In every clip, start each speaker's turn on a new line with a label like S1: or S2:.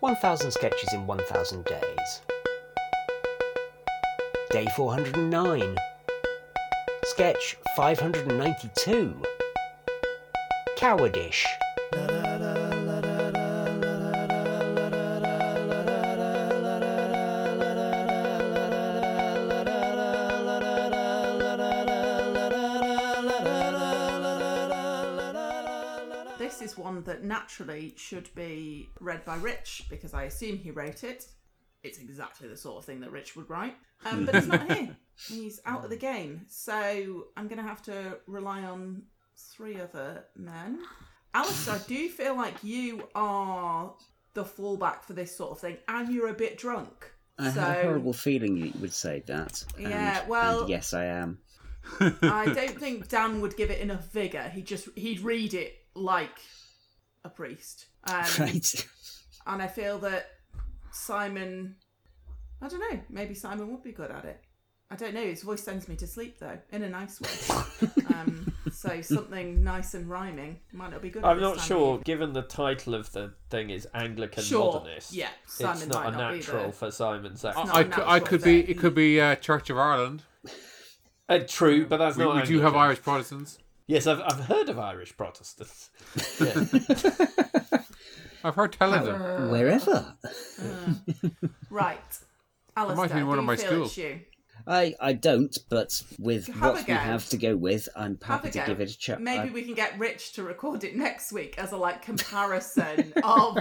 S1: 1000 Sketches in 1000 Days. Day 409. Sketch 592. Cowardish.
S2: This is one that naturally should be read by Rich because I assume he wrote it. It's exactly the sort of thing that Rich would write, um, but he's not here. He's out of the game, so I'm going to have to rely on three other men. Alice, I do feel like you are the fallback for this sort of thing, and you're a bit drunk.
S3: I
S2: so
S3: had a horrible feeling that you would say that. and-
S2: Yeah, well-
S3: and yes, I am.
S2: I don't think Dan would give it enough vigor. He just he'd read it like a priest. Um,
S3: Right.
S2: And I feel that Simon, I don't know, maybe Simon would be good at it. I don't know. His voice sends me to sleep though, in a nice way. um, so something nice and rhyming might not be good. at
S4: I'm
S2: this
S4: not
S2: time of
S4: sure,
S2: year.
S4: given the title of the thing is Anglican
S2: Sure,
S4: Modernist.
S2: yeah,
S4: it's
S2: Simon
S4: not a
S2: might not be
S4: natural
S2: the-
S4: for Simon's accent.
S2: not
S5: I,
S2: a
S5: cou- I
S2: natural
S5: could be.
S2: fit.
S5: It could be uh, Church of Ireland.
S4: Uh, true, but that's
S5: We,
S4: not.
S5: we do have
S4: Anglican.
S5: Irish Protestants.
S4: Yes, I've, I've heard of Irish Protestants. Yeah.
S5: I've heard tell of them.
S3: Wherever.
S2: Right, Alistair,
S5: might have been
S2: do
S5: one of
S2: you
S5: my
S2: feel
S5: school.
S2: it's you?
S3: I, I don't, but with
S2: Have a
S3: what we
S2: go.
S3: have to go with, I'm
S2: Have
S3: happy
S2: a
S3: to
S2: go.
S3: give it a uh, chat.
S2: Maybe we can get Rich to record it next week as a like comparison of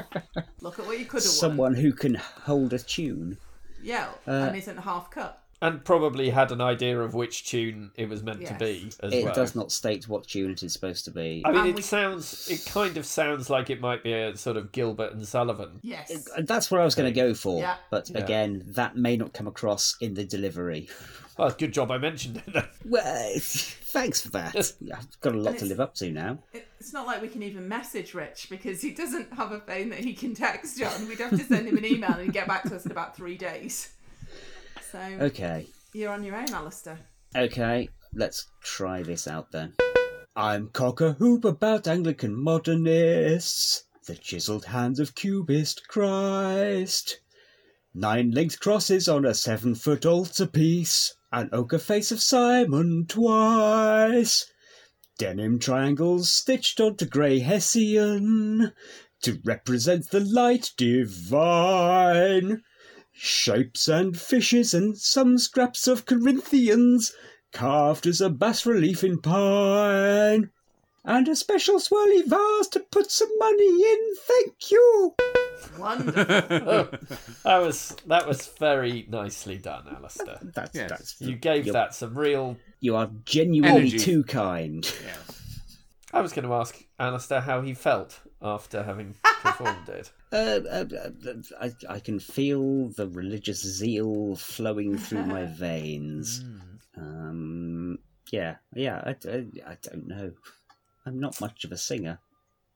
S2: look at what you could have won.
S3: Someone who can hold a tune.
S2: Yeah,
S3: Uh,
S2: and isn't half cut.
S4: and probably had an idea of which tune it was meant to
S2: Yes.
S4: be as
S3: It
S4: well.
S3: does not state what tune it is supposed to be.
S4: I mean,
S2: And
S4: it
S2: we-
S4: sounds. It kind of sounds like it might be a sort of Gilbert and Sullivan.
S2: Yes.
S3: That's what I was going to go for,
S2: Yeah.
S3: but again, that may not come across in the delivery.
S4: Well, good job I mentioned it.
S3: Well, thanks for that.
S4: Yes.
S3: I've got a lot to
S2: it's-
S3: live up to now.
S2: It- It's not like we can even message Rich because he doesn't have a phone that he can text on. We'd have to send him an email and he'd get back to us in about three days. So
S3: Okay,
S2: you're on your own, Alistair.
S3: okay, let's try this out then. I'm cock a hoop about Anglican modernists, the chiselled hands of Cubist Christ. Nine linked crosses on a seven foot altarpiece, an ochre face of Simon twice. Denim triangles stitched onto grey Hessian to represent the light divine. Shapes and fishes and some scraps of Corinthians carved as a bas relief in pine. And a special swirly vase to put some money in, thank you!
S2: Wonderful.
S4: That was that was very nicely done, Alistair.
S3: That's,
S5: Yes.
S3: that's
S4: You gave
S3: Yep.
S4: that some real.
S3: You are genuinely
S5: Energy.
S3: too kind.
S5: Yeah.
S4: I was going to ask Alistair how he felt after having performed it.
S3: Uh, uh, uh, I, I can feel the religious zeal flowing through my veins.
S5: Hmm.
S3: Um, yeah, yeah. I, I- I don't know. I'm not much of a singer,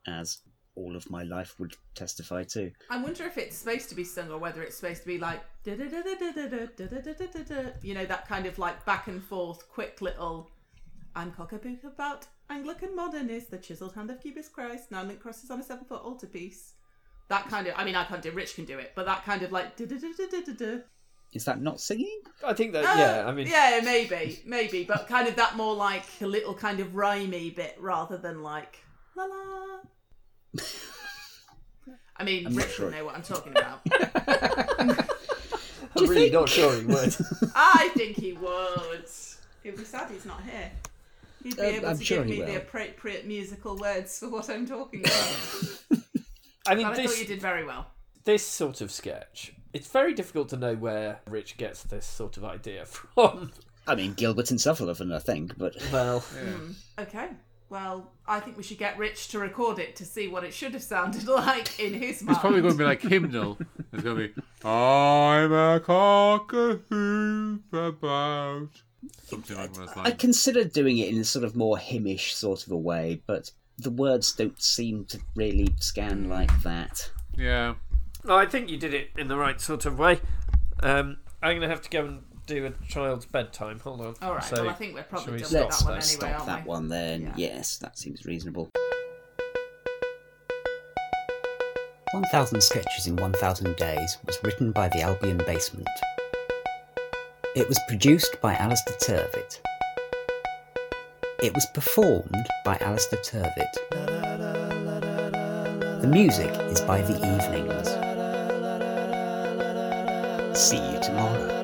S3: as all of my life would testify to.
S2: I wonder if it's supposed to be sung or whether it's supposed to be like da da da da da da da da da da da da. You know that kind of like back and forth, quick little. I'm cockabook about Anglican modernist, the chiselled hand of Cubist Christ, nine link crosses on a seven foot altarpiece. That kind of. I mean, I can't do. it, Rich can do it, but that kind of like da da da da da da.
S3: Is that not singing?
S4: I think that
S2: Uh,
S4: yeah. I mean,
S2: yeah, maybe, maybe, but kind of that more like a little kind of rhymey bit rather than like la la. I mean,
S3: not
S2: Rich
S3: sure.
S2: would know what I'm talking about.
S4: I'm really not sure he would.
S2: I think he would. He'd be sad he's not here. He'd be
S3: Um,
S2: able
S3: I'm
S2: to
S3: sure
S2: give
S3: he
S2: me the
S3: will.
S2: appropriate musical words for what I'm talking about.
S4: I mean,
S2: but I
S4: this
S2: thought you did very well.
S4: this sort of sketch. It's very difficult to know where Rich gets this sort of idea from.
S3: I mean, Gilbert and Sullivan, I think, but
S4: Well,
S2: Okay. Well, I think we should get Rich to record it to see what it should have sounded like in his mind.
S5: It's probably going to be like hymnal. It's going to be I'm a cock a hoop about something like that.
S3: I considered doing it in a sort of more hymnish sort of a way, but the words don't seem to really scan like that.
S5: Yeah.
S4: No, I think you did it in the right sort of way. Um, I'm going to have to go and do a child's bedtime. Hold on.
S2: All right.
S4: So,
S2: well, I think we're
S4: shall
S2: probably
S4: we
S2: done with
S4: stop
S2: that one anyway,
S4: that?
S3: Stop
S2: aren't
S3: that
S2: we?
S3: one then.
S2: Yeah.
S3: Yes, that seems reasonable. 1000 Sketches in 1000 Days was written by the Albion Basement. It was produced by Alistair Turvitt. It was performed by Alistair Turvitt. The music is by The Evenings. See you tomorrow.